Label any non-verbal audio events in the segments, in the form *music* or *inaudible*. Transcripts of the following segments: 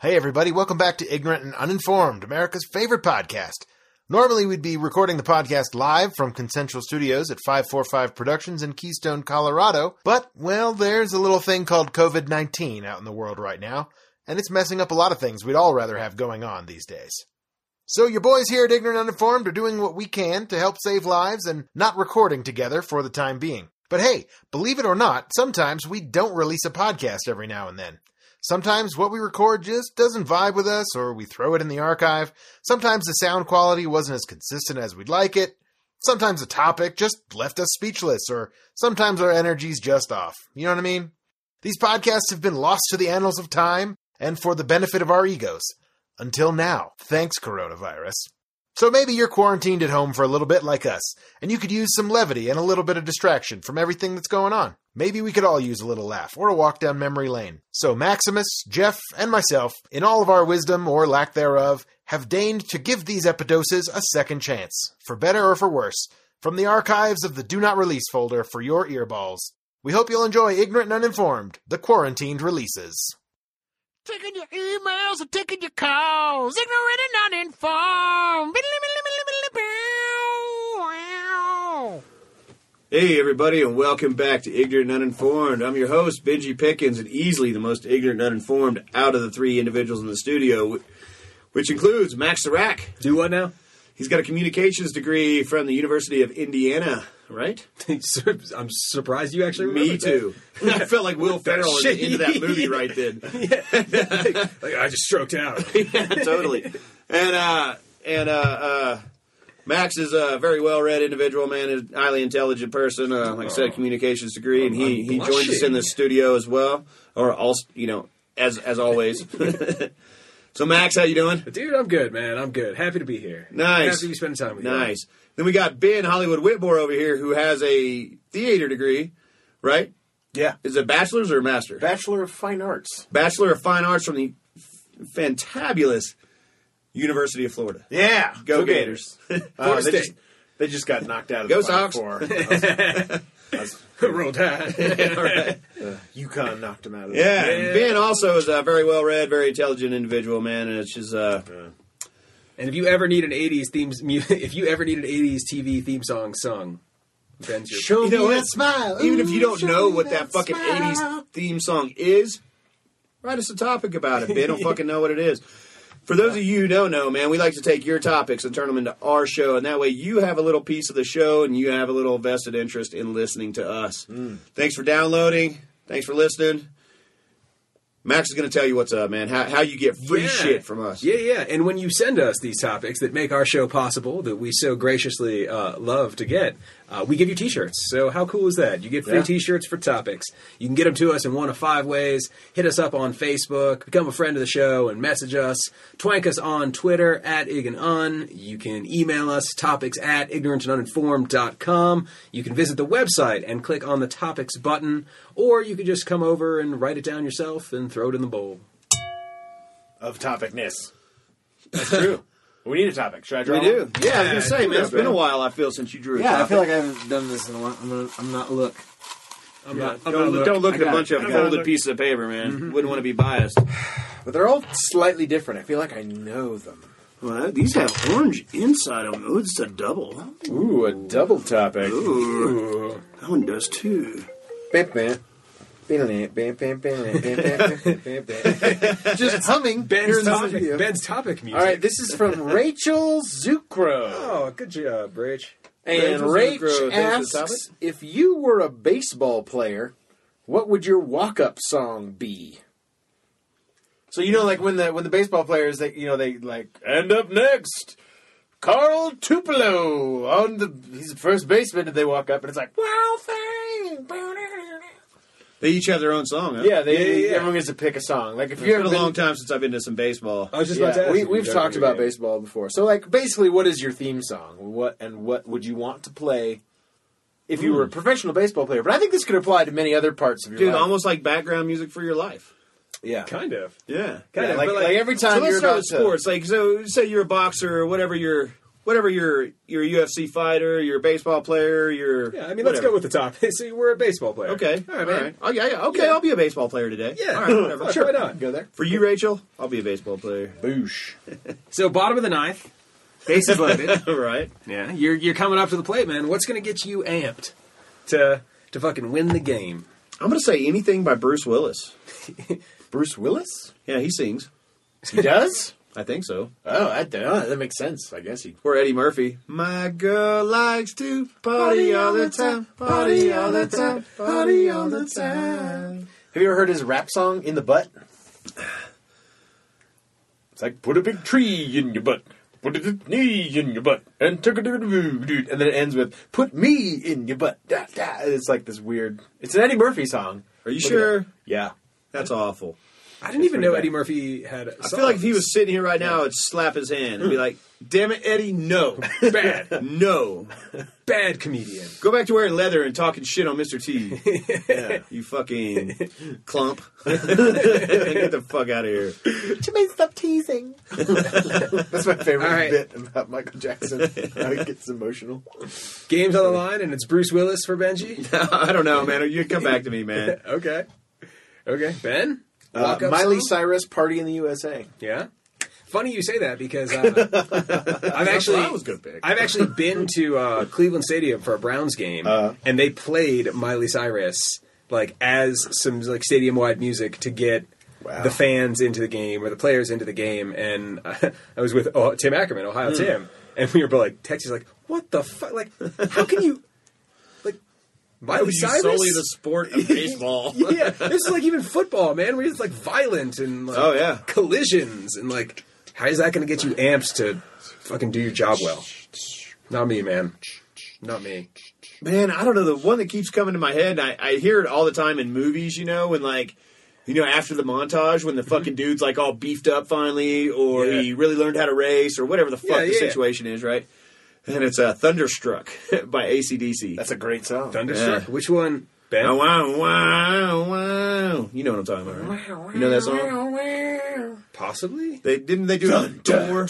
Hey, everybody, welcome back to Ignorant and Uninformed, America's favorite podcast. Normally, we'd be recording the podcast live from Consensual Studios at 545 Productions in Keystone, Colorado, but, well, there's a little thing called COVID 19 out in the world right now, and it's messing up a lot of things we'd all rather have going on these days. So, your boys here at Ignorant and Uninformed are doing what we can to help save lives and not recording together for the time being. But hey, believe it or not, sometimes we don't release a podcast every now and then. Sometimes what we record just doesn't vibe with us, or we throw it in the archive. Sometimes the sound quality wasn't as consistent as we'd like it. Sometimes a topic just left us speechless, or sometimes our energy's just off. You know what I mean? These podcasts have been lost to the annals of time and for the benefit of our egos. Until now. Thanks, coronavirus. So maybe you're quarantined at home for a little bit like us, and you could use some levity and a little bit of distraction from everything that's going on. Maybe we could all use a little laugh or a walk down memory lane. So Maximus, Jeff, and myself, in all of our wisdom or lack thereof, have deigned to give these epidoses a second chance, for better or for worse, from the archives of the Do Not Release folder for your earballs. We hope you'll enjoy Ignorant and Uninformed, the quarantined releases. Taking your emails and taking your calls. Ignorant and uninformed. Hey, everybody, and welcome back to Ignorant and Uninformed. I'm your host, Benji Pickens, and easily the most ignorant and uninformed out of the three individuals in the studio, wh- which includes Max Serac. Do what now? *laughs* He's got a communications degree from the University of Indiana, right? I'm surprised you actually. Me remembered that. too. *laughs* I felt like Will Ferrell in Shit. into that movie right *laughs* then. Like, I just stroked out. *laughs* totally. And uh, and uh, uh, Max is a very well-read individual, man, and highly intelligent person. Uh, like I said, communications degree, and he, Oh. I'm he joined us in blushing. the studio as well, or also, you know, as as always. *laughs* so, Max, how you doing? *laughs* Dude, I'm good, man. I'm good. Happy to be here. Nice. Happy to be spending time with you. Nice. Then we got Ben Hollywood Whitmore over here, who has a theater degree, right? Yeah. Is it bachelor's or a master? Bachelor of Fine Arts. Bachelor of Fine Arts from the f- fantabulous University of Florida. Yeah. Go *laughs* Uh, Florida they, just, State. they just got knocked out of Go the Final Sox. Four. I was- I was- *laughs* Roll Tide. All right. UConn knocked them out of Yeah, the and Ben also is a very well read, very intelligent individual, man, and it's just uh, and if you ever need an '80s themes, mu- *laughs* if you ever need an '80s TV theme song sung, Ben's your. Show You know me what? that smile. even if Ooh, you don't show know me what that fucking smile. '80s theme song is, write us a topic about it. Ben don't fucking know what it is. For those of you who don't know, man, we like to take your topics and turn them into our show, and that way you have a little piece of the show and you have a little vested interest in listening to us. Thanks for downloading. Thanks for listening. Max is going to tell you what's up, man. How, how you get free Yeah. shit from us. Yeah, yeah. And when you send us these topics that make our show possible, that we so graciously uh, love to get, uh, we give you T-shirts. So how cool is that? You get free Yeah. T-shirts for topics. You can get them to us in one of five ways. Hit us up on Facebook, become a friend of the show, and message us. Twank us on Twitter at Ig and Un. You can email us topics at ignorantanduninformed.com. You can visit the website and click on the topics button, or you can just come over and write it down yourself and throw it in the bowl. Of topicness. That's true. we need a topic. Should I draw We one? do. Yeah, I was gonna say, man, it's been a while. I feel since you drew. A Yeah, I topic. feel like I haven't done this in a while. I'm, gonna, I'm not look. I'm not, don't, I'm not look, looking. don't look Mm-hmm. at I a got bunch it. of I got it. folded pieces of paper, man. Wouldn't want to be biased. But they're all slightly different. I feel like I know them. Well, these have orange inside on them. It's a double. Ooh, a double topic. That one does too. *laughs* Just humming. Ben's topic. topic, Ben's topic music. All right, this is from Rachel Zucro. Oh, good job, Rach. And Rachel Rach Zucro, Davis asks, Hobbit? if you were a baseball player, what would your walk-up song be? So you know, like when the when the baseball players, they you know they like and up next, Carl Tupelo on the he's the first baseman, and they walk up and it's like wow thing. They each have their own song. Huh? Yeah, they Yeah, yeah, yeah. everyone gets to pick a song. Like if It's you been ever a long been, time since I've been to some baseball. I was just about to yeah, ask. we, if we've you've talked ever- about baseball before. So like basically, what is your theme song? What and what would you want to play? If you were a professional baseball player, but I think this could apply to many other parts of your Hmm. Dude, life. almost like background music for your life. Yeah. Kind of. Yeah. Kind Yeah, of. like, but like every So time let's you're start about with sports. Like, so say you're a boxer or whatever your whatever your your UFC fighter, your baseball player, your Yeah, I mean, let's whatever. go with the top. *laughs* so you were a baseball player. okay. All right, man. Oh, yeah, yeah. Okay, I'll be a baseball player today. Yeah, All right, whatever. *laughs* Fuck, Why not? Go there. For you, Rachel, I'll be a baseball player. *laughs* Boosh. So bottom of the ninth, *laughs* bases loaded. All right. yeah, you're you're coming up to the plate, man. What's going to get you amped to to fucking win the game? I'm going to say anything by Bruce Willis. Bruce Willis? Yeah, he sings. *laughs* He does? I think so. oh, that, uh, that makes sense. I guess he. Or Eddie Murphy. My girl likes to party all the time, party all the time, party all the time. Have you ever heard his rap song, In the Butt? It's like, put a big tree in your butt, put a good knee in your butt, and took a dude, and then it ends with, put me in your butt. Da, da. And It's like this weird. It's an Eddie Murphy song. Are you Look it sure? up. Yeah. That's awful. I didn't even pretty know bad. Eddie Murphy had. I I feel like if he was *laughs* sitting here right now, I'd slap his hand and be like, damn it, Eddie, no. *laughs* bad, No. bad comedian. Go back to wearing leather and talking shit on Mr. *laughs* T. yeah, you fucking *laughs* clump. Get the fuck out of here. *laughs* That's my favorite All right. bit about Michael Jackson. How he gets emotional. Game's on the line, and it's Bruce Willis for Benji. *laughs* I don't know, man. You come back to me, man. okay, okay, Ben. Uh, Walk-up Miley song? Cyrus, Party in the USA. Yeah. Funny you say that *laughs* because uh, I've actually that was a good pick. I've actually been to uh, Cleveland Stadium for a Browns game, Uh. and they played Miley Cyrus like as some like stadium wide music to get Wow. the fans into the game or the players into the game. And *laughs* uh, I was with oh, Tim Ackerman, Hmm. Ohio Tim, and we were both like Texas, like what the fuck, like how can you like Miley You Cyrus? solely the sport *laughs* of baseball. yeah, this is like even football, man. Where it's like violent and like Oh, yeah. collisions and like how is that going to get you amps to fucking do your job well? Not me, man. Not me. Man, I don't know. The one that keeps coming to my head, and I, I hear it all the time in movies, you know, when like, you know, after the montage, when the fucking dude's like all beefed up finally, or Yeah. he really learned how to race, or whatever the fuck Yeah, the yeah, yeah. situation is, right? And it's uh, Thunderstruck *laughs* by ACDC. That's a great song. Thunderstruck. Yeah. Which one? Ben. Oh, wow, wow, wow. You know what I'm talking about, right? You know that song? Possibly. They didn't they do it on Thor?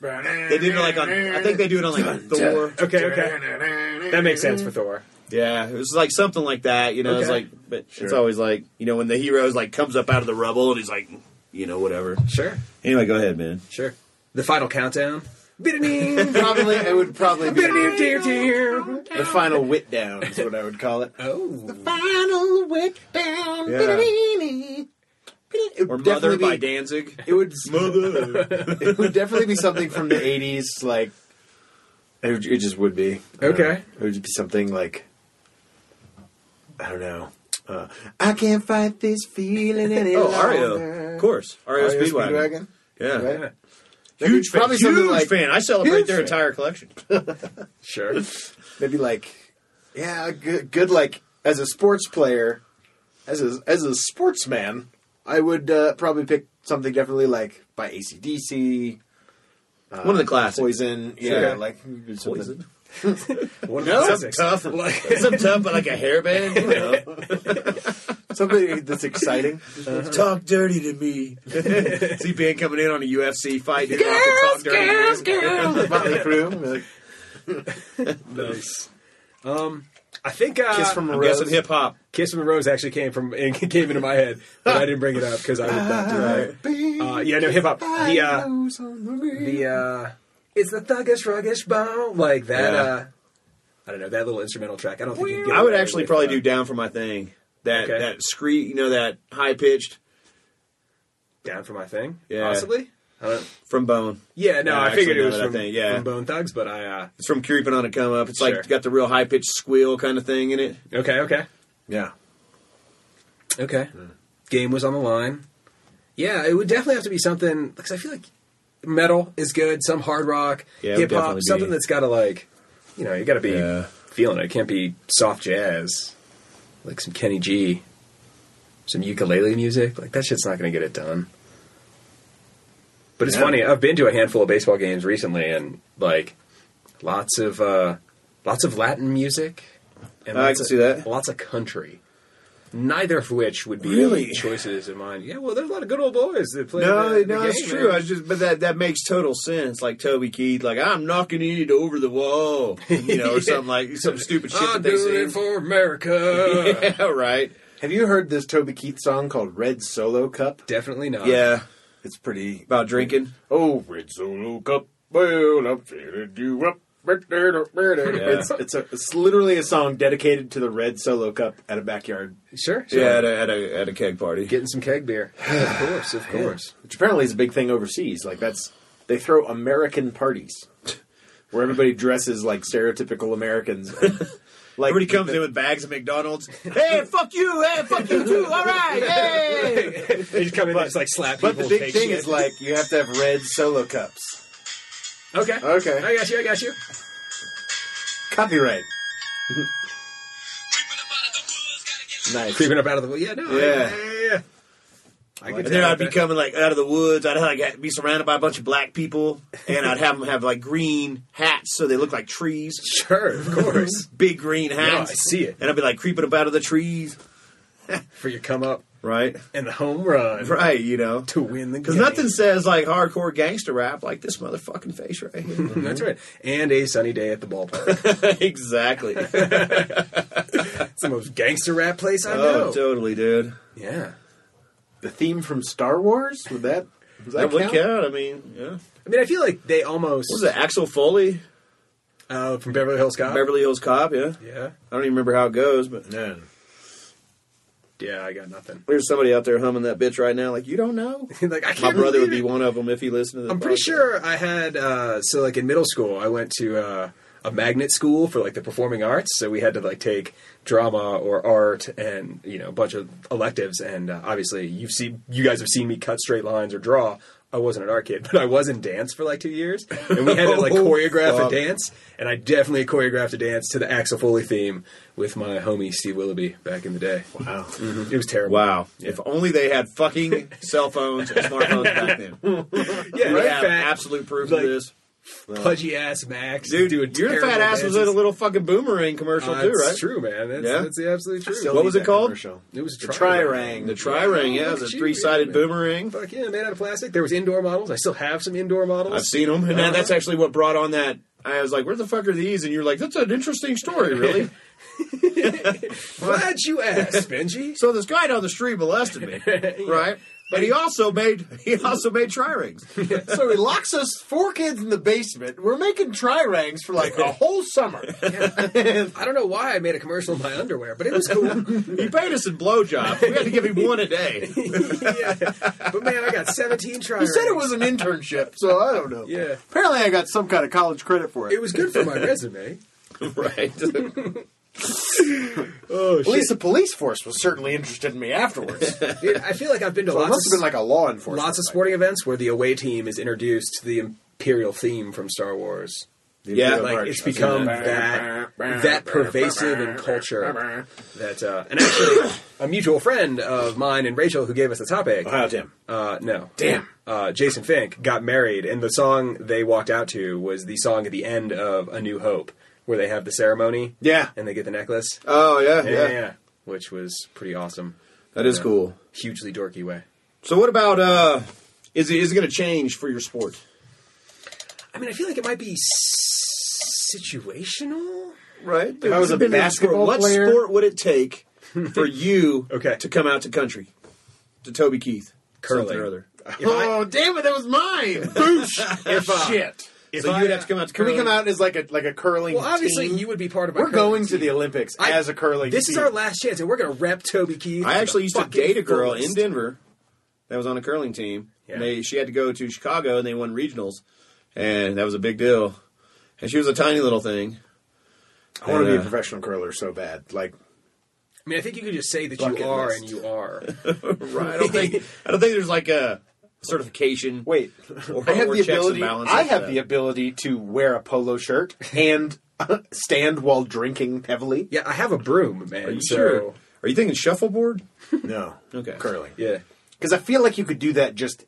They did it like on I think they do it on like Thor. Okay. Okay. That makes sense for Thor. Yeah, it was like something like that, you know. It's Okay. like, but it's always like, you know, when the hero's like comes up out of the rubble and he's like, you know, whatever. Sure. Anyway, go ahead, man. Sure. The final countdown. *laughs* probably, it would probably be oh. the final wit down is what I would call it. Final went down. Yeah. *laughs* Or would Mother definitely by be- Danzig. It would Mother. *laughs* it would definitely be something from the eighties, like it, would- it just would be. I don't Okay. know. it would just be something like I don't know. Uh, I can't fight this *laughs* feeling any oh, longer. Ario, of course. Ario, Ario Speedwagon. Speedwagon, Yeah, right? That'd be huge fan. probably huge something like fan. I celebrate Huge their fan. entire collection. Sure. maybe like yeah, good, good like as a sports player, as a as a sportsman, I would uh, probably pick something definitely like by ACDC, One of the classics. Poison, yeah, Sure. like something- Poison? One No, of the it's six. *laughs* tough. Like- It's up tough, but like a hairband. You know? something that's exciting. Talk dirty to me. *laughs* See Ben coming in on a UFC fight. Girls, talk dirty to me. Motley Crue, like, Nice. Um, I think uh, Kiss from a I'm Rose. guessing hip hop. Kiss from a Rose actually came from *laughs* and came into my head, but I didn't bring it up because I would not do that. Uh, yeah, no hip hop. The uh, the uh, it's the thuggish ruggish bone like that. Yeah. Uh, I don't know that little instrumental track. I don't think you can get I would away actually with, probably uh, do down for my thing. That Okay. that scree, you know, that high pitched down for my thing. Yeah. Possibly. I don't, from Bone. yeah, no, Yeah, I figured actually, it now was that I from, think, yeah. from Bone Thugs, but I uh, It's from Creeping on a Come Up. It's Sure. like got the real high pitched squeal kind of thing in it. okay, okay, yeah. okay. Game was on the line. Yeah, it would definitely have to be something because I feel like metal is good. Some hard rock, Yeah, it would hip hop, definitely be. something that's got to like, you know, you got to be Yeah. feeling it. It can't be soft jazz, like some Kenny G, some ukulele music. Like that shit's not going to get it done. But it's Yeah. funny. I've been to a handful of baseball games recently, and like lots of uh, lots of Latin music. And I lots can of- see that. Lots of country. Neither of which would be Really? choices in mine. Yeah, well, there's a lot of good old boys that play. No, the, the no, game, that's true. man. I was just, but that that makes total sense. Like Toby Keith, like I'm knocking it over the wall, you *laughs* know, or something like some stupid shit that I'm they doing say. it *laughs* for America. yeah, right. Have you heard this Toby Keith song called Red Solo *laughs* Cup? Definitely not. Yeah, It's pretty. about drinking. Oh, Red Solo Cup. Well, I'm filling you up. It's, it's, a, it's literally a song dedicated to the Red Solo Cup at a backyard, sure. sure. Yeah, at a, at a at a keg party. Getting some keg beer. of course, of course. which apparently is a big thing overseas. Like, that's. They throw American parties *laughs* where everybody dresses like stereotypical Americans. *laughs* like, Everybody comes in with bags of *laughs* McDonald's. Hey, fuck you! Hey, fuck you too! All right, hey! They just come in and just like slap But the people. big take thing shit. is, like, you have to have red solo cups. okay, Okay. I got you. I got you. Copyright. nice. Creeping up out of the yeah no Yeah. yeah yeah. yeah. I can And then tell I'd be that- coming like out of the woods. I'd like be surrounded by a bunch of black people, and I'd have them have like green hats so they look like trees. sure of course Big green Yeah, I hats. see it And I'd be like creeping up out of the trees. for your come up Right. and the home run Right, you know. to win the Because game. nothing says like hardcore gangster rap like this motherfucking face right here. *laughs* That's right. And a sunny day at the *laughs* *laughs* ballpark. *laughs* exactly. Oh, it's the most gangster rap place I know. Oh, totally, dude. yeah. The theme from Star Wars? Would that. Does that, That would count? count. I mean, yeah. What I mean, I feel like they almost was it? Axel Foley, Uh, from Beverly Hills Cop. Beverly Hills Cop. Yeah. Yeah. I don't even remember how it goes, but No. Yeah, I got nothing. *laughs* there's somebody out there humming that bitch right now. Like you don't know. like I My can't brother would be believe it. one of them if he listened to this. I'm pretty podcast. sure I had uh, so like in middle school I went to uh, a magnet school for like the performing arts, so we had to like take drama or art and you know a bunch of electives, and uh, obviously you've seen you guys have seen me cut straight lines or draw. I wasn't an art kid, *laughs* but I was in dance for like two years, and we had to *laughs* like Oh, choreograph fuck. a dance, and I definitely choreographed a dance to the Axel Foley theme with my homie Steve Willoughby back in the day. Wow. Mhm. It was terrible. Wow. If only they had fucking cell phones and smartphones back *laughs* then. Yeah, We right. have Fat, absolute proof like, of this. pudgy ass Max, Dude, doing your terrible fat ass was dances. in a little fucking boomerang commercial Uh, too, it's right? true, man. That's, Yeah? that's the absolutely true. Still What need was it that called? commercial. it was The tri-rang. The tri ring, Oh, yeah, it look was a at you, three sided man. boomerang. Fuck yeah, made out of plastic. There was indoor models. I still have some indoor models. I've seen them, and Uh-huh. that, that's actually what brought on that. I was like, "Where the fuck are these?" And you're like, "That's an interesting *laughs* story, really." Glad you *laughs* asked, Benji. so this guy down the street molested *laughs* me, right? But he also made he also made tri rings. *laughs* so he locks us four kids in the basement. We're making tri rangs for like *laughs* a whole summer. I don't know why I made a commercial in my underwear, but it was *laughs* cool. He paid us in blowjobs. We had to give him one a day. *laughs* yeah. But man, I got 17 try You said it was an internship, so I don't know. Yeah. Apparently, I got some kind of college credit for it. It was good for my resume. right? *laughs* Oh, At least the police force was certainly interested in me afterwards. it Dude, I feel like I've been to lots must of have been like a law enforcement. lots of thing. sporting events where the away team is introduced to the imperial theme from Star Wars. yeah, like like, it's become that that pervasive in culture that uh, and actually a mutual friend of mine and Rachel who gave us the topic Ohio Tim. uh, no Oh, Damn. uh, Jason Fink got married and the song they walked out to was the song at the end of A New Hope where they have the ceremony Yeah. and they get the necklace oh yeah, yeah, which was pretty awesome that is Yeah. cool. hugely dorky way So what about uh is it is it going to change for your sport? I mean I feel like it might be s- situational Right? I was a basketball what player- sport would it *laughs* take for you Okay. to come out to country? To Toby Keith. Curling. Something or other. If I- Oh, damn it! That *laughs* was mine. if, uh, Shit. if so I- you'd have to come out to Can curling. we come out as like a like a curling? well obviously team? you would be part of my We're curling going to team. the Olympics I- as a curling. This is team. our last chance, and we're going to rep Toby Keith. I actually used to fucking date a girl fullest. in Denver that was on a curling team. Yeah. And they she had to go to Chicago and they won regionals. And that was a big deal. And she was a tiny little thing. I want to be a Yeah. professional curler so bad. Like I mean, I think you could just say that Bucket you are list. and you are. *laughs* Right. I don't think *laughs* I don't think there's like a certification. *laughs* Wait, Or- I have or the checks and ability. balances I have that. the ability to wear a polo shirt and *laughs* stand while drinking heavily. Yeah, I have a broom, man. Are you so, sure? Are you thinking shuffleboard? No, Okay. curling. Yeah. because I feel like you could do that. Just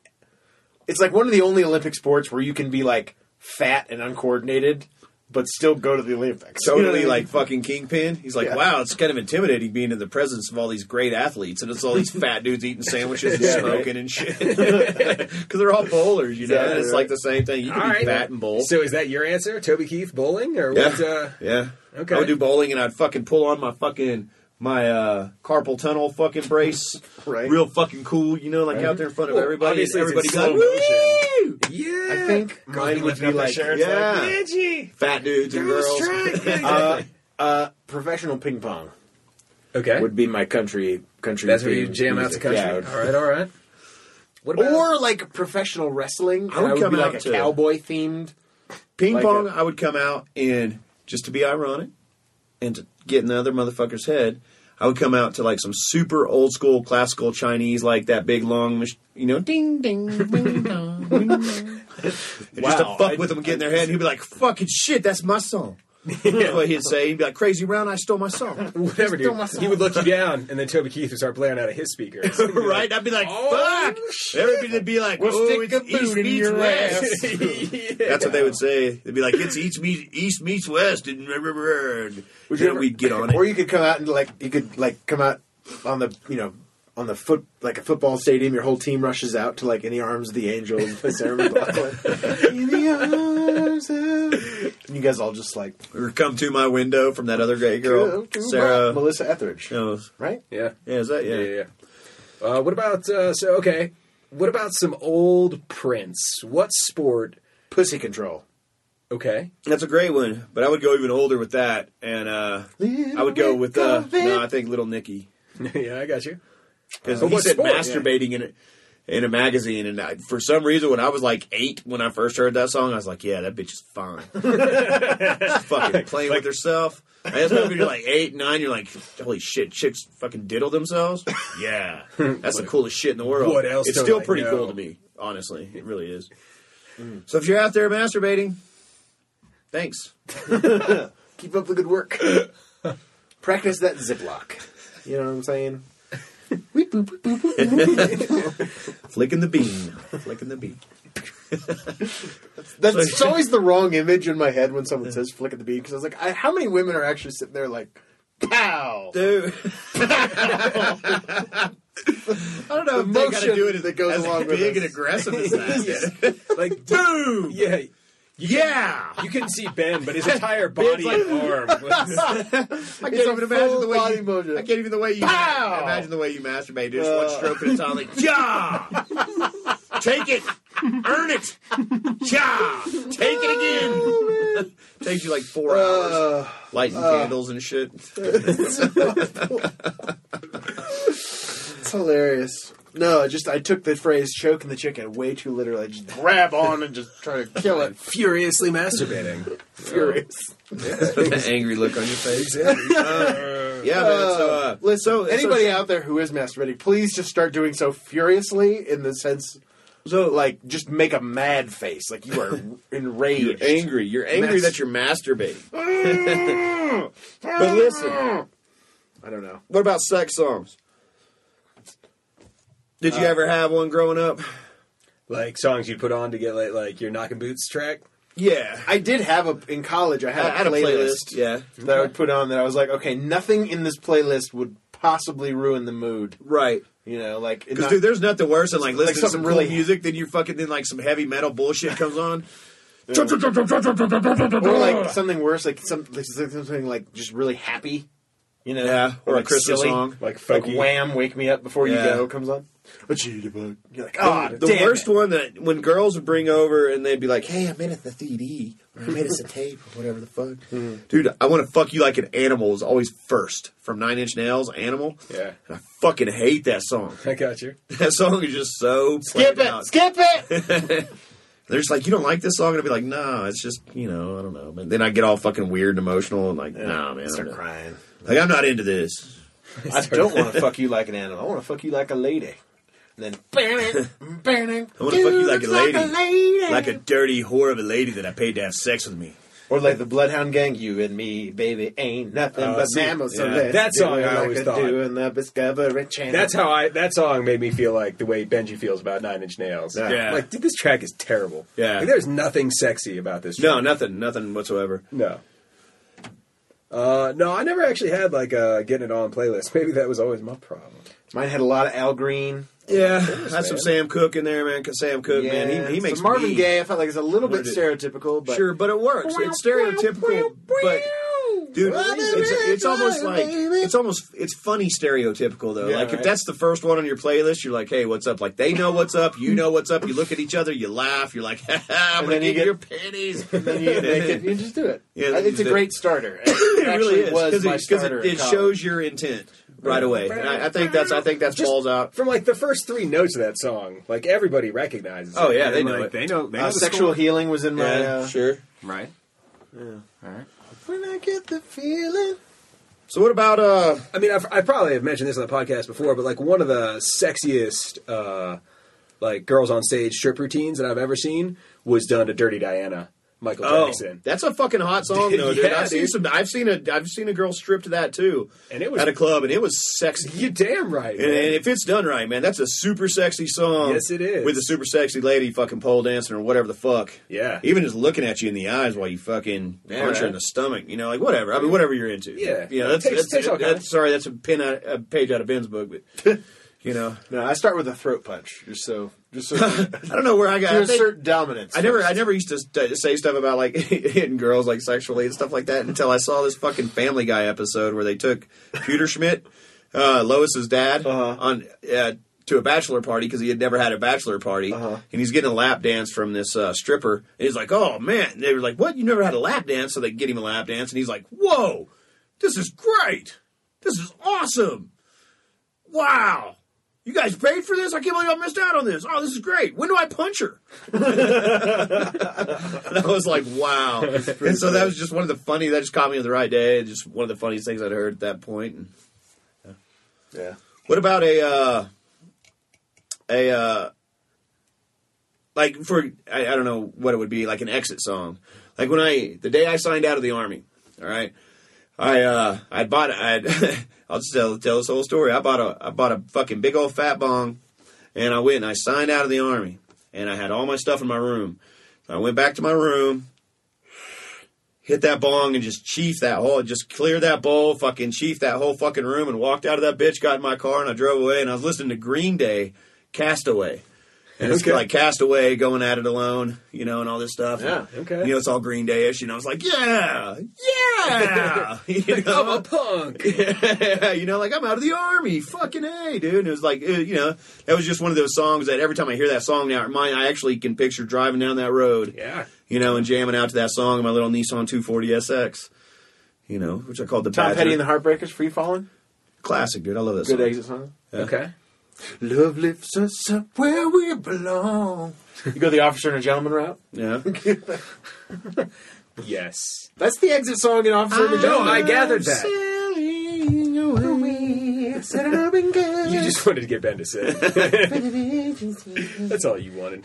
it's like one of the only Olympic sports where you can be like fat and uncoordinated, but still go to the Olympics. You know what I totally mean? like fucking kingpin. He's like, Yeah. wow, it's kind of intimidating being in the presence of all these great athletes, and it's all these fat dudes eating sandwiches and Yeah, smoking and shit *laughs* because they're all bowlers, you know. Exactly and it's right. like the same thing. You can All be right. fat and bowl. So is that your answer, Toby Keith bowling, or yeah, what? Uh, yeah. okay. I would do bowling, and I'd fucking pull on my fucking my uh, carpal tunnel fucking brace, Right. Real fucking cool, you know, like out there in front of Well, everybody. and obviously Everybody it's in slow got motion. woo! yeah, I think mine would be like, yeah. Angie, fat dudes and girls. uh, uh, professional ping pong. okay, would be my country country. that's where you themed jam out to music. country. Yeah, I would- all right, all right. What about Or like professional wrestling. I and would come be out like a to- cowboy themed. Ping Like pong, a- I would come out and just to be ironic and to get in the other motherfucker's head, I would come out to like some super old school classical Chinese, like that big long, mach- you know, ding ding ding dong. ding, dong. And Just to Wow, fuck I- with them and get in their head, and he'd be like, "Fucking shit, that's my song." That's what he'd say. He'd be like, "Crazy round, I stole my song." *laughs* whatever, dude? He would look you down, and then Toby Keith would start blaring out of his speakers. You'd be like, *laughs* right? I'd be like, Oh, "Fuck!" Everybody'd be like, We'll "Oh, stick it's a East boot in meets your West." *laughs* ass. *laughs* yeah. That's what they would say. They'd be like, "It's East meets East meets West," and Would would ever- we'd get on it. Or you could come out and like you could like come out on the you know on the foot like a football stadium. Your whole team rushes out to like in the arms of the angels by Sarah *laughs* McLachlan. in the arms of. And you guys all just like or come to my window from that other gay girl, Sarah. uh, Melissa Etheridge, you know, right? yeah. yeah, is that yeah? yeah, yeah. yeah. Uh, what about uh, so? Okay, what about some old Prince? What sport? Pussy control. Okay, That's a great one, but I would go even older with that, and uh, I would go with uh, no, I think Little Nicky *laughs* yeah, I got you. because But he what said sport? masturbating in it. In a magazine, and I, for some reason, when I was like eight, when I first heard that song, I was like, "Yeah, that bitch is *laughs* fine." She's fucking playing with herself. I just remember you're like eight, nine. You're like, "Holy shit, chicks fucking diddle themselves." Yeah, that's the coolest shit in the world. what else It's don't still I pretty know? Mm. cool to me, honestly. It really is. So if you're out there masturbating, thanks. Keep up the *laughs* good work. Practice that ziplock. You know what I'm saying? Flicking the bean. Flicking the bean. That's it's always the wrong image in my head when someone says "flick at the beat" because I was like, I, how many women are actually sitting there like, "Pow"? Dude. I don't know if they gotta motion do it that goes as along with big us. and aggressive *laughs* as that. Like, Boom! yeah, Yeah! you couldn't see Ben, but his *laughs* entire body and arm *laughs* was I It's can't a even imagine the way full-body you, motion. I can't even the way you Pow! imagine the way you masturbate. Just one stroke at a time, like Uh. *laughs* yeah, take it, earn it, yeah, take it again. Oh, Takes you like four hours, Uh, lighting candles and shit. it's hilarious. No, I just I took the phrase "choke and the chicken" way too literally. I just grab on and just try to *laughs* kill it. furiously masturbating. Furious. That angry look on your face. *laughs* yeah, man. So, uh, Listen, so- anybody out there who is masturbating, please just start doing so furiously in the sense, so like just make a mad face, like *laughs* you are You're enraged. *laughs* angry. You're angry Mas- that you're masturbating. but listen. I don't know. What about sex songs? Uh, Did you ever have one growing up? Like songs you put on to get like, like your knocking boots track. Yeah, I did have a in college. I had, I a, had a playlist playlist. Yeah, that I would put on that I was like, okay, nothing in this playlist would possibly ruin the mood. right. You know, like it Because not- dude, there's nothing worse than like listening to something some really- really music, then you fucking then like some heavy metal bullshit comes *laughs* on. or like something worse, like some like something like just really happy. You know, Yeah, or a Christmas silly. song. Like like folky. Wham, "Wake Me Up Before Yeah. You Go" comes on. A cheetah bug. You're like, ah, the *laughs* worst one that when girls would bring over and they'd be like, "Hey, I made us a CD or I made *laughs* us a tape or whatever the fuck." Dude, I want to fuck you like an animal is always first from Nine Inch Nails, Animal. Yeah. and I fucking hate that song. *laughs* I got you. That song is just so Skip played it, out. skip it. *laughs* They're just like, "You don't like this song?" And I'd be like, "No, it's just you know, I don't know." But then I get all fucking weird and emotional and like, "No, man, I'm Start not- crying. like I'm not into this." I don't want to fuck you like an animal. I want to fuck you like a lady. And then, burning, burning. I want to fuck you like a lady, like a dirty whore of a lady that I paid to have sex with me. Or like the Bloodhound Gang, you and me, baby, ain't nothing Oh, but see, mammals. yeah. So let's That do song what I always could thought. Do in the Discovery Channel. That's how I. That song made me feel like the way Benji feels about Nine Inch Nails. Yeah. Like, dude, this track is terrible. Yeah. Like, there's nothing sexy about this. No, Track. nothing, nothing whatsoever. No. Uh, no, I never actually had like a getting it on playlist. *laughs* Maybe that was always my problem. mine had a lot of Al Green. Yeah, that's some man. Sam Cook in there, man. Cause Sam Cook, man, he, he So makes Marvin me- Gaye. I felt like it's a little bit What it stereotypical, but Sure, but it works. It's stereotypical, but dude, it's, it's almost like it's almost it's funny stereotypical though. like if right. that's the first one on your playlist, you're like, hey, what's up? Like they know what's up, you know what's up. You look at each other, you laugh, you're like, *laughs* ha ha, I'm And gonna then you get, get- your *laughs* panties. then you, they could, you just do it. *laughs* Yeah, Uh, it's a the- great starter. *laughs* It It actually really is was because my it, 'cause starter. it, in it college. shows your intent right away. And I, I think that's I think that's Just- balls out. From like the first three notes of that song, like everybody recognizes. Oh, it. yeah, they And, know like, it. They know. They know Uh, the sexual score. healing was in my. uh, sure. right? When I get the feeling. So what about uh? I mean, I've, I probably have mentioned this on the podcast before, but like one of the sexiest uh, like girls on stage strip routines that I've ever seen was done to "Dirty Diana," Michael Oh, Jackson, that's a fucking hot *laughs* song though, dude. Yeah, I've seen dude. some. I've seen a. I've seen a girl strip to that too, and it was at a club, and it was sexy. You damn right. And, man. and if it's done right, man, that's a super sexy song. Yes, it is. With a super sexy lady fucking pole dancing or whatever the fuck. Yeah. Even just looking at you in the eyes while you fucking punch her in the stomach. You know, like whatever. I mean, whatever you're into. Yeah. You know, that's, Takes- that's, takes all that's- kinds. sorry, that's a, pin out, a page out of Ben's book, *laughs* but, you know. *laughs* No, I start with a throat punch. Just so, just so to I don't know where I got I think- assert dominance. I never, first. I never used to st- say stuff about like *laughs* hitting girls like sexually and stuff like that until I saw this fucking Family Guy episode where they took Peter Schmidt, uh, Lois's dad, on uh, to a bachelor party because he had never had a bachelor party, and he's getting a lap dance from this uh, stripper, and he's like, "Oh man!" And they were like, "What? You never had a lap dance?" So they get him a lap dance, and he's like, "Whoa, this is great! This is awesome! Wow!" You guys paid for this? I can't believe I missed out on this. Oh, this is great. When do I punch her? *laughs* And I was like, wow. and so that was just one of the funny, that just caught me on the right day. and Just one of the funniest things I'd heard at that point. And Yeah. what about a, uh, a, uh, like for, I, I don't know what it would be, like an exit song. Like when I, the day I signed out of the army, all right, I, uh, I bought, I, *laughs* I'll just tell, tell this whole story. I bought a, I bought a fucking big old fat bong and I went and I signed out of the army and I had all my stuff in my room. I went back to my room, hit that bong, and just chief that whole, just clear that bowl, fucking chief that whole fucking room, and walked out of that bitch, got in my car, and I drove away. And I was listening to Green Day, Castaway. And it's Okay. like Castaway, going at it alone, you know, and all this stuff. Yeah, okay. You know, it's all Green Day ish. And I was like, yeah, *laughs* yeah. you know? *laughs* I'm a punk. you know, like I'm out of the army, fucking a, dude. And it was like, uh, you know, that was just one of those songs that every time I hear that song now, it remind I actually can picture driving down that road, Yeah. you know, and jamming out to that song in my little Nissan 240 SX, you know, which I called the Tom Badger. Petty and the Heartbreakers, Free Falling. classic, dude. I love that Good song. exit song. Okay. Love lifts us up where we belong. you go the officer and a gentleman route. Yeah, Yes. That's the exit song in Officer and a No, Gentleman. I gathered that. Sailing away, set it up and go. You just wanted to get Ben to say. it. That's all you wanted.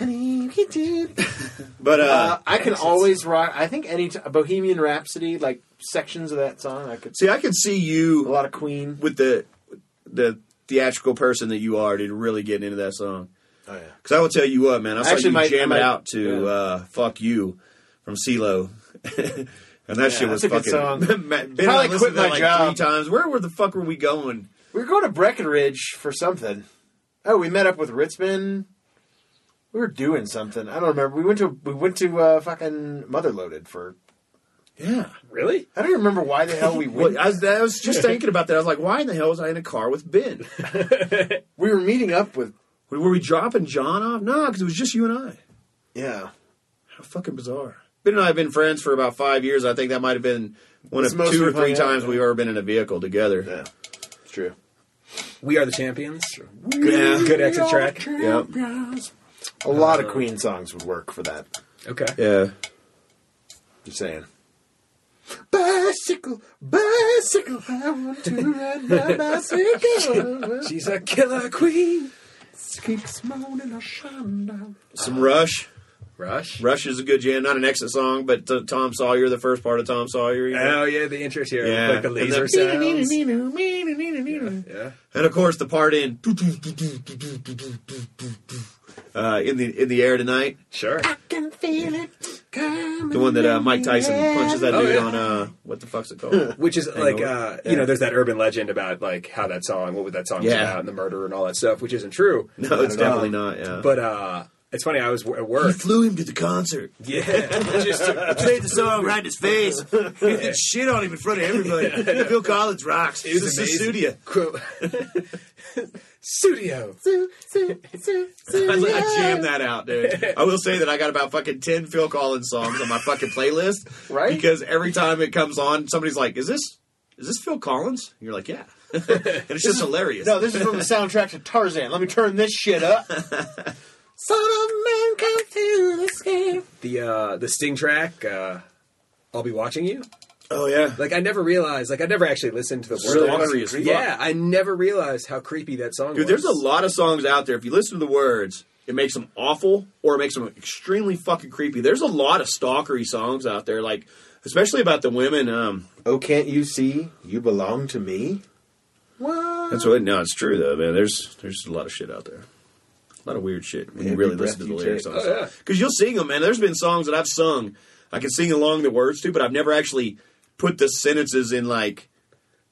but uh, *laughs* Uh, I can always rock. I think any t- Bohemian Rhapsody, like sections of that song, I could. see, I could see A you lot of Queen. with the the theatrical person that you are, dude, really getting into that song. Oh yeah. Because I will tell you what, man, I saw Actually, you my- jam my- it out to yeah. uh, "Fuck You" from CeeLo. *laughs* and that shit was that's a good fucking. *laughs* song. Ma- ben, Probably I listened quit to that my like job. three times. Where were the fuck were we going? We were going to Breckenridge for something. Oh, we met up with Ritzman. We were doing something. I don't remember. We went to we went to uh, fucking Mother Loaded for. Yeah, Really? I don't remember why the *laughs* hell we went. well, I, was, I was just thinking about that. I was like, why in the hell was I in a car with *laughs* Ben? we were meeting up with. were we dropping John off? No, because it was just you and I. Yeah. How fucking bizarre. Ben and I have been friends for about five years. I think that might have been one It's of mostly two or hung three out, times yeah. we've ever been in a vehicle together. Yeah. It's true. We are the champions. Good, Good exit track. Yep. A lot of Queen songs would work for that. Okay. Yeah. Just saying. Bicycle, bicycle, I want to ride my bicycle. She's a killer queen. Keep smoking a shine down. Some Rush. Rush. Rush is a good jam, not an exit song, but uh, Tom Sawyer, the first part of Tom Sawyer. you know? Oh yeah, the intro here, Yeah. like the And laser the- sounds. Yeah. Yeah, And of course, the part in uh, in the in the air tonight, sure. can feel it coming. the one that uh, Mike Tyson punches that Oh, dude yeah. on uh, what the fuck's it *laughs* called? Which is like, uh, Hangover. you know, there's that urban legend about like how that song, what would that song Yeah. about, and the murder and all that stuff, which isn't true. No, it's definitely not. Yeah. But uh, it's funny. I was w- at he *laughs* work. flew him to the *laughs* concert. Yeah, *laughs* just to- Played the song right in his face. He did shit on him in front of *laughs* everybody. Bill Collins rocks. It was amazing. Quote. *laughs* studio. I, I jammed that out, dude. I will say that I got about fucking ten Phil Collins songs on my fucking playlist, Right? Because every time it comes on, somebody's like, "Is this is this Phil Collins?" And you're like, "Yeah," *laughs* and it's just hilarious. No, this is from the soundtrack to Tarzan. Let me turn this shit up. The uh, the Sting track. Uh, I'll be watching you. oh yeah, Like I never realized. Like I never actually listened to the really words. creepy as fuck. Yeah, I never realized how creepy that song dude. was. There's a lot of songs out there. If you listen to the words, it makes them awful or it makes them extremely fucking creepy. There's a lot of stalkery songs out there, like especially about the women. Um, *laughs* Oh, can't you see? You belong to me. That's what. No, it's true though, man. There's there's a lot of shit out there. A lot of weird shit when Every you really breath listen to the you lyrics take. on a Oh, song. yeah. Because you'll sing them, man. There's been songs that I've sung, I can sing along the words to, but I've never actually put the sentences in like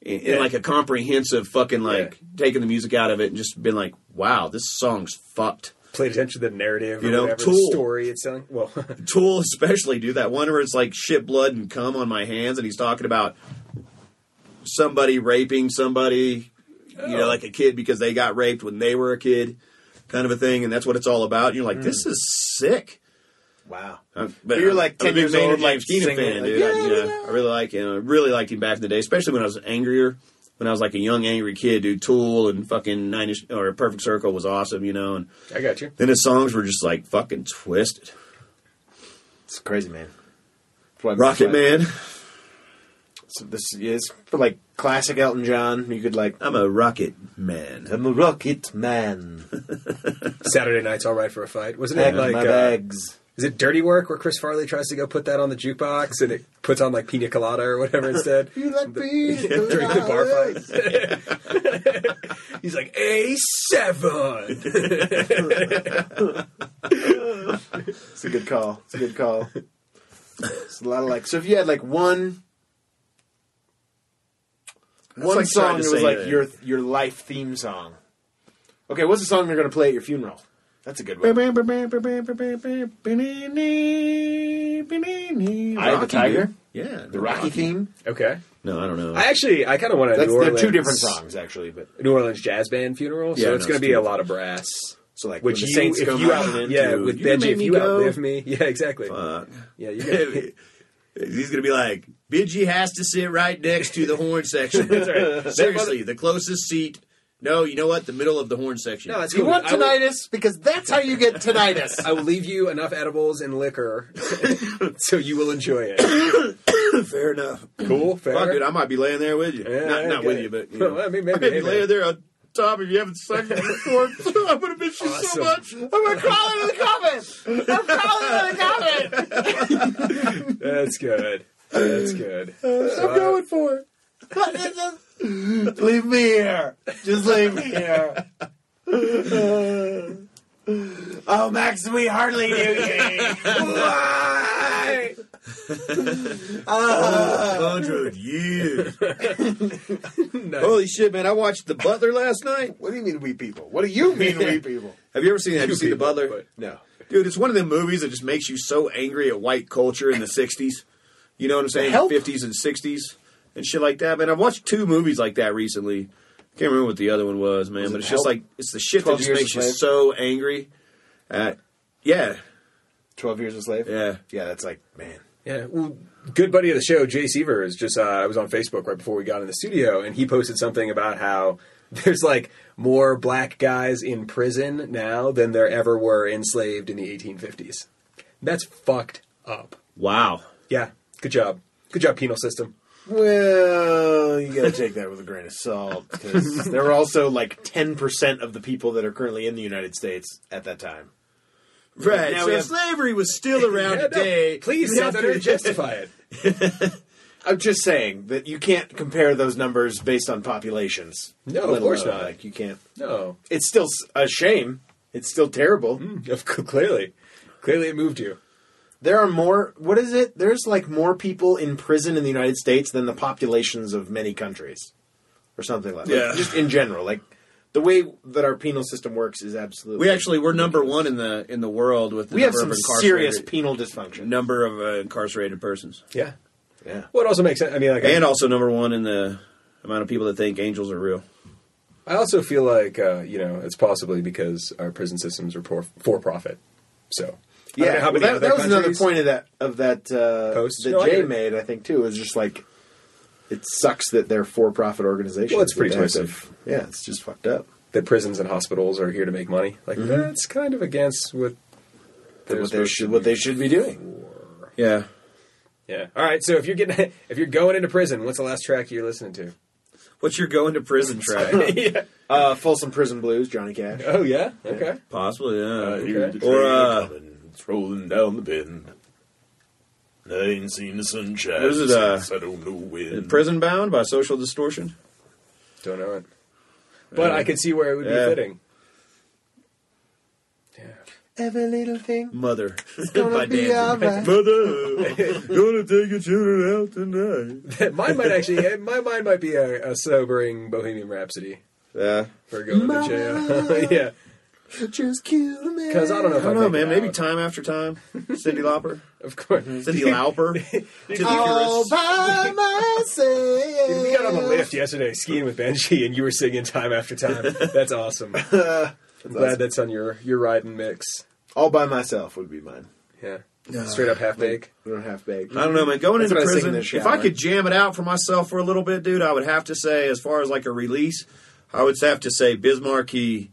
in, in, Yeah. like a comprehensive fucking like taking the music out of it and just been like, wow, this song's fucked. played attention to the narrative, You or know, whatever Tool. the story it's telling. Well, *laughs* Tool *laughs* especially do that one where it's like shit, blood, and cum on my hands, and he's talking about somebody raping somebody, you know, like a kid because they got raped when they were a kid, kind of a thing, and that's what it's all about. And you're like, this is sick. Wow. I'm- but Hmm. You're I'm- like I'm a 10 big years Maynard old, like, James Keenan singing fan, it, dude. like, I, you know, I really like him. I really liked him back in the day, especially when I was angrier. When I was like a young angry kid, dude, Tool and fucking Nine Inch or Perfect Circle was awesome, you know. And I got you. then his songs were just like fucking twisted. It's crazy, man. That's why- Rocket that's why- Man, So this is for like classic Elton John. You could like. I'm a rocket man. I'm a rocket man. Saturday night's all right for a fight, wasn't it? Pack Like, my uh, bags. is it Dirty Work where Chris Farley tries to go put that on the jukebox and it puts on like Pina Colada or *laughs* whatever instead? You like *laughs* bees? During the bar fight, *laughs* he's like a seven. *laughs* It's a good call. It's a good call. It's a lot of like. So if you had like one. One like song trying to that was say like that- your your life theme song. Okay, what's the song they're gonna play at your funeral? That's a good one. Eye of the Rocky, Tiger, dude. Yeah, the Rocky theme. Okay, No, I don't know. I actually I kind of want a That's, New they're Orleans. two different songs actually, but New Orleans jazz band funeral, so Yeah, it's no, it's going to be a beautiful. lot of brass. so like Which when the you- Saints if come you out out- into- yeah, with you made Benji, if me you go. outlive me, *laughs* yeah, exactly. Fuck. Yeah, you *laughs* got He's gonna be like, Benji has to sit right next to the horn *laughs* section. *laughs* Seriously, the closest seat. No, you know what? The middle of the horn section. *laughs* No, it's You cool. want I will- tinnitus because that's how you get tinnitus. *laughs* I will leave you enough edibles and liquor *laughs* so you will enjoy it. *coughs* fair enough. Cool, fair. Fuck, dude, I might be laying there with you. Yeah, not not okay. with you, *laughs* but you know. *laughs* Well, I mean, maybe, may be hey, laying man. there on top if you haven't sucked me before. *laughs* I'm gonna miss you Awesome. so much. I'm gonna crawl into the comments. I'm crawling into the comments. That's good. That's good. So, uh, for it. leave me here. Just leave me *laughs* here. oh, Max, we hardly knew you. Why? Hundred *laughs* years. nice. Holy shit, man! I watched The Butler last night. What do you mean, we people? What do you mean, *laughs* we people? Have you ever seen? Have you, You seen The people, Butler? but- No. Dude, it's one of them movies that just makes you so angry at white culture in the '60s. You know what I'm saying? Help. '50s and '60s and shit like that. Man, I've watched two movies like that recently. Can't remember what the other one was, man. it but it's Help? just like it's the shit that 12 just Years a makes you Slave? so angry. At yeah, 12 years a slave? Yeah. Yeah, that's like, man. Yeah, well, good buddy of the show, Jay Seaver, is just. Uh, I was on Facebook right before we got in the studio, and he posted something about how *laughs* there's like more black guys in prison now than there ever were enslaved in the 1850s. That's fucked up. wow. Yeah, good job, good job, penal system. Well, you *laughs* gotta take that with a grain of salt because there were also like 10% of the people that are currently in the United States at that time. Right. Now so we have- slavery was *laughs* still around Yeah, no, today. please, You'd have Southerner, to- justify it. I'm just saying that you can't compare those numbers based on populations. No, of Let course alone, not. Like you can't. No, *laughs* It's still s- a shame. It's still terrible. Of cou- clearly, clearly it moved you. There are more. What is it? There's like more people in prison in the United States than the populations of many countries, or something like that. Yeah. Just in general, like the way that our penal system works is absolutely. We actually were number one in the in the world with the we have number some of incarcerated- serious penal dysfunction. number of uh, incarcerated persons, Yeah. Yeah. Well, it also makes sense. I mean, like, and I, also number one in the amount of people that think angels are real. I also feel like uh, you know it's possibly because our prison systems are for, for profit. So I don't know how Yeah, well, many that, other that was another countries- point of that of that uh, Post. that No, I get Jay it. made. I think too is just like it sucks that they're for-profit organizations. Well, it's that pretty have to- twisted. Yeah, it's just fucked up. That prisons and hospitals are here to make money. Like that's kind of against what they're What they supposed to should what they should be doing. Yeah. Yeah. All right. So if you're getting *laughs* if you're going into prison, what's the last track you're listening to? What's your going to prison *laughs* track? Uh, Folsom Prison Blues, Johnny Cash. Oh yeah. Okay. Possibly, yeah. here's the Or uh, it's rolling down the bend. I ain't seen the sunshine. This is, uh, since I don't know when. Prison Bound by Social Distortion. Don't know it. But I could see where it would Yeah. be fitting. *laughs* Every little thing. *laughs* Mother. Gonna be uh, alright. uh, Mother, gonna take your children out tonight. mine might actually *laughs* my mine might be a, a sobering Bohemian Rhapsody Yeah. for going to jail. *laughs* yeah. Just cute a man. Because I don't know if I don't know, I think man. about Maybe it. time after time. Cindy *laughs* Lauper. Of course. Cindy Lauper. to the All chorus. by myself. We got on the lift yesterday skiing with Benji, and you were singing time after time. That's *laughs* awesome. I'm glad that's on your your riding mix. All by myself would be mine. Yeah, straight up half bake. We don't have bag. I don't know, man. Going That's into what I sing prison, in if the I shower. could jam it out for myself for a little bit, dude, I would have to say, as far as like a release, I would have to say Bismarck. He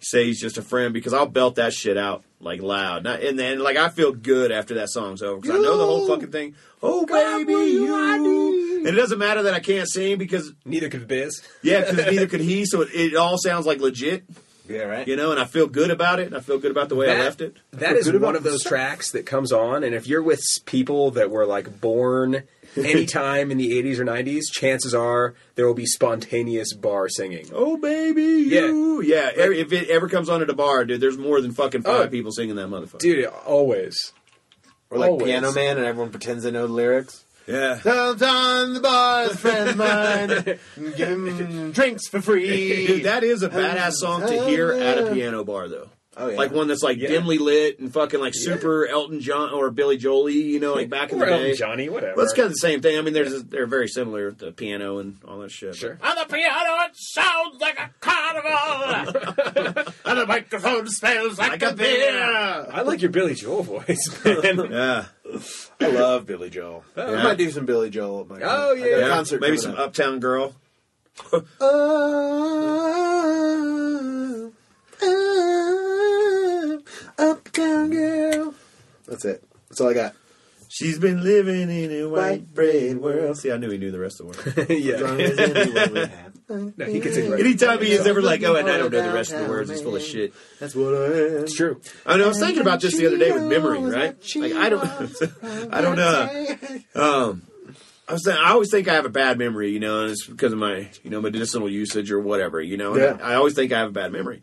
say he's just a friend because I'll belt that shit out like loud, Not- and then like I feel good after that song's over because I know the whole fucking thing. Oh baby, will you you, I and it doesn't matter that I can't sing because Neither could Biz. yeah, because neither could he, so it, it all sounds like legit, Yeah, right. you know. And I feel good about it. And I feel good about the way I That- left it. That is one of those tracks that comes on, and if you're with s- people that were like *laughs* born anytime in the 80s or 90s, chances are there will be spontaneous bar singing. Oh baby, you. Yeah, every, if it ever comes on at a bar, dude, there's more than fucking five Oh. people singing that motherfucker. Dude, always. Or like Always. Piano Man, and everyone pretends they know the lyrics. Yeah. Sometimes the bar is a friend of *laughs* mine. Give him drinks for free. Dude, that is a badass song to hear at a piano bar, though. Oh, yeah. Like one that's like dimly lit and fucking like super Elton John or Billy Joel, you know, like back in the Or Elton day. Johnny, whatever. Well, it's kind of the same thing. I mean, there's they're very similar, the piano and all that shit. Sure. On the piano, it sounds like a carnival. and the microphone smells like, Like *laughs* a beer. I like your Billy Joel voice, *laughs* man. *laughs* Yeah. I love Billy Joel. uh, I might do some Billy Joel. At my Oh, yeah, I got a yeah. concert. Maybe coming some up. Uptown Girl. Oh, oh, uptown girl. That's it. That's all I got. She's been living in a White bread *laughs* world. See, I knew he knew the rest of the *laughs* word. *laughs* yeah. No, he can sing right. Anytime he is ever like, oh, and I don't know the rest of the words, it's full of shit. That's what I am. It's true. I know. I was thinking about this the other day with memory, right? Like I don't, *laughs* I don't know. Um, I was saying, I always think I have a bad memory, you know, and it's because of my, you know, medicinal usage or whatever, you know. And Yeah. I, I always think I have a bad memory,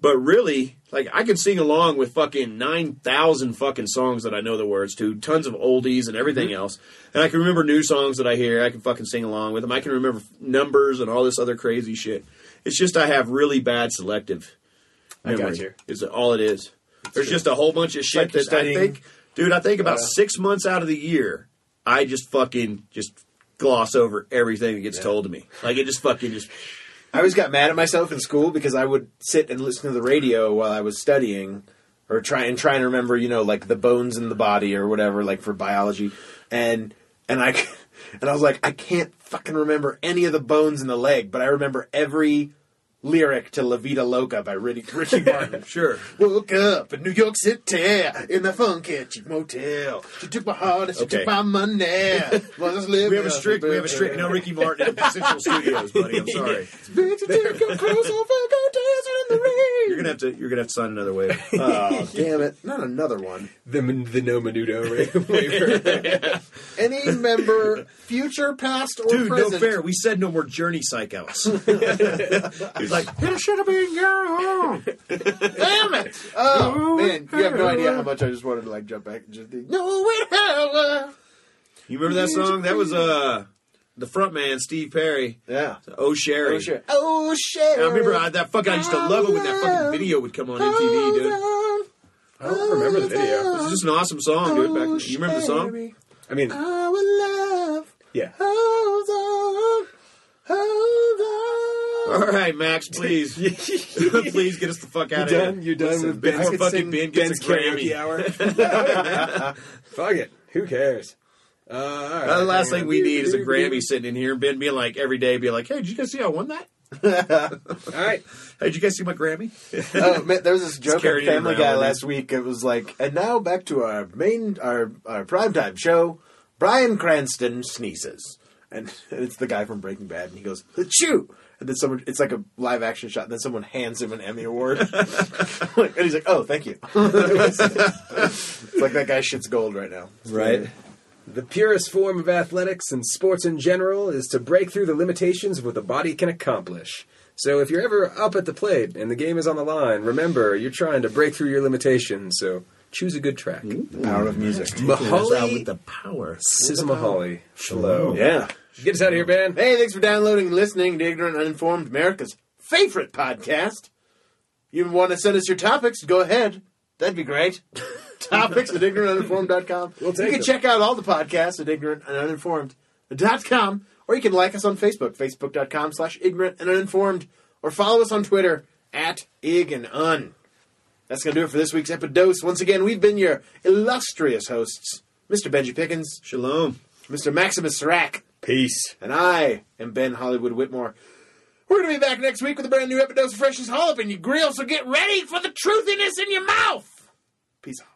but really, like I can sing along with fucking nine thousand fucking songs that I know the words to, tons of oldies and everything else, and I can remember new songs that I hear. I can fucking sing along with them. I can remember f- numbers and all this other crazy shit. It's just I have really bad selective memory. you. Is all it is. There's just a whole bunch of shit you're that I studying- think, dude. I think about six months out of the year, I just fucking just gloss over everything that gets told to me. Like it just fucking just. I always got mad at myself in school because I would sit and listen to the radio while I was studying, or try and try and remember, you know, like the bones in the body or whatever, like for biology, and and I *laughs* and I was like, I can't fucking remember any of the bones in the leg, but I remember every lyric to La Vida Loca by Ritty, *laughs* Richie Martin. Sure. Woke up in New York City in the funky chic motel. She took my heart and she Okay. took my money. *laughs* Well, let's live We have a strict. We have a strict. *laughs* No Ricky Martin *laughs* *laughs* at the Central Studios, buddy. I'm sorry. oh, Big to take a close over, go dancing in the rain. You're gonna have to you're gonna have to sign another *laughs* Uh, waiver. Oh, damn it. Not another one. The, the no menudo *laughs* wa- waiver. Any *laughs* member, future, past, or Dude, no present. fair. We said no more journey *laughs* psychos. He's like, It should have been your home. Damn it! Oh, man. You have no idea how much I just wanted to, like, jump back and just think, no, it hell. you remember that song? That was uh the front man, Steve Perry. Yeah. Oh Sherry. Oh, shit. Oh, shit. And I remember I, that fuck. I used to love it when that fucking video would come on MTV, dude. It I don't remember the video. was just an awesome song, dude. Back you remember the song? I mean, Our love, yeah. hold on, hold on. All right, Max, *laughs* please, please get us the fuck out of here. You're done Listen, with Ben- Ben's, Before could fucking sing Ben Ben's gets a karaoke Grammy. hour. *laughs* Fuck it. Who cares? Uh, all right. Uh, the last thing we need is a Grammy sitting in here and Ben being like every day, be like, "Hey, did you guys see I won that? All right. Hey, did you guys see my Grammy?" oh, man, there was this joke on carrying it Family around Guy with last week. It was like, and now back to our main, our, our primetime show. Brian Cranston sneezes. And, *laughs* and it's the guy from Breaking Bad, and he goes, "Achoo!" And then someone, it's like a live action shot, and then someone hands him an Emmy award. and he's like, "Oh, thank you." *laughs* it's like that guy shits gold right now. Right. The purest form of athletics and sports in general is to break through the limitations of what the body can accomplish. So if you're ever up at the plate and the game is on the line, remember you're trying to break through your limitations. So choose a good track. Power of music. Mahali with the power. Sismahali. Hello. Yeah. Get us out of here, Ben. Hey, thanks for downloading and listening to Ignorant Uninformed America's favorite podcast. You want to send us your topics? Go ahead. That'd be *laughs* great. topics at ignorantuninformed.com. We'll take you can them. check out all the podcasts at ignorantanduninformed.com or you can like us on Facebook, facebook.com slash ignorant and uninformed, or follow us on Twitter at ig and un. That's going to do it for this week's Epidose. Once again, we've been your illustrious hosts, Mr. Benji Pickens, Shalom. Mr. Maximus Serac, Peace. and I am Ben Hollywood Whitmore. We're going to be back next week with a brand new episode of Fresh as Jalapeno Grill, so get ready for the truthiness in your mouth. Peace out.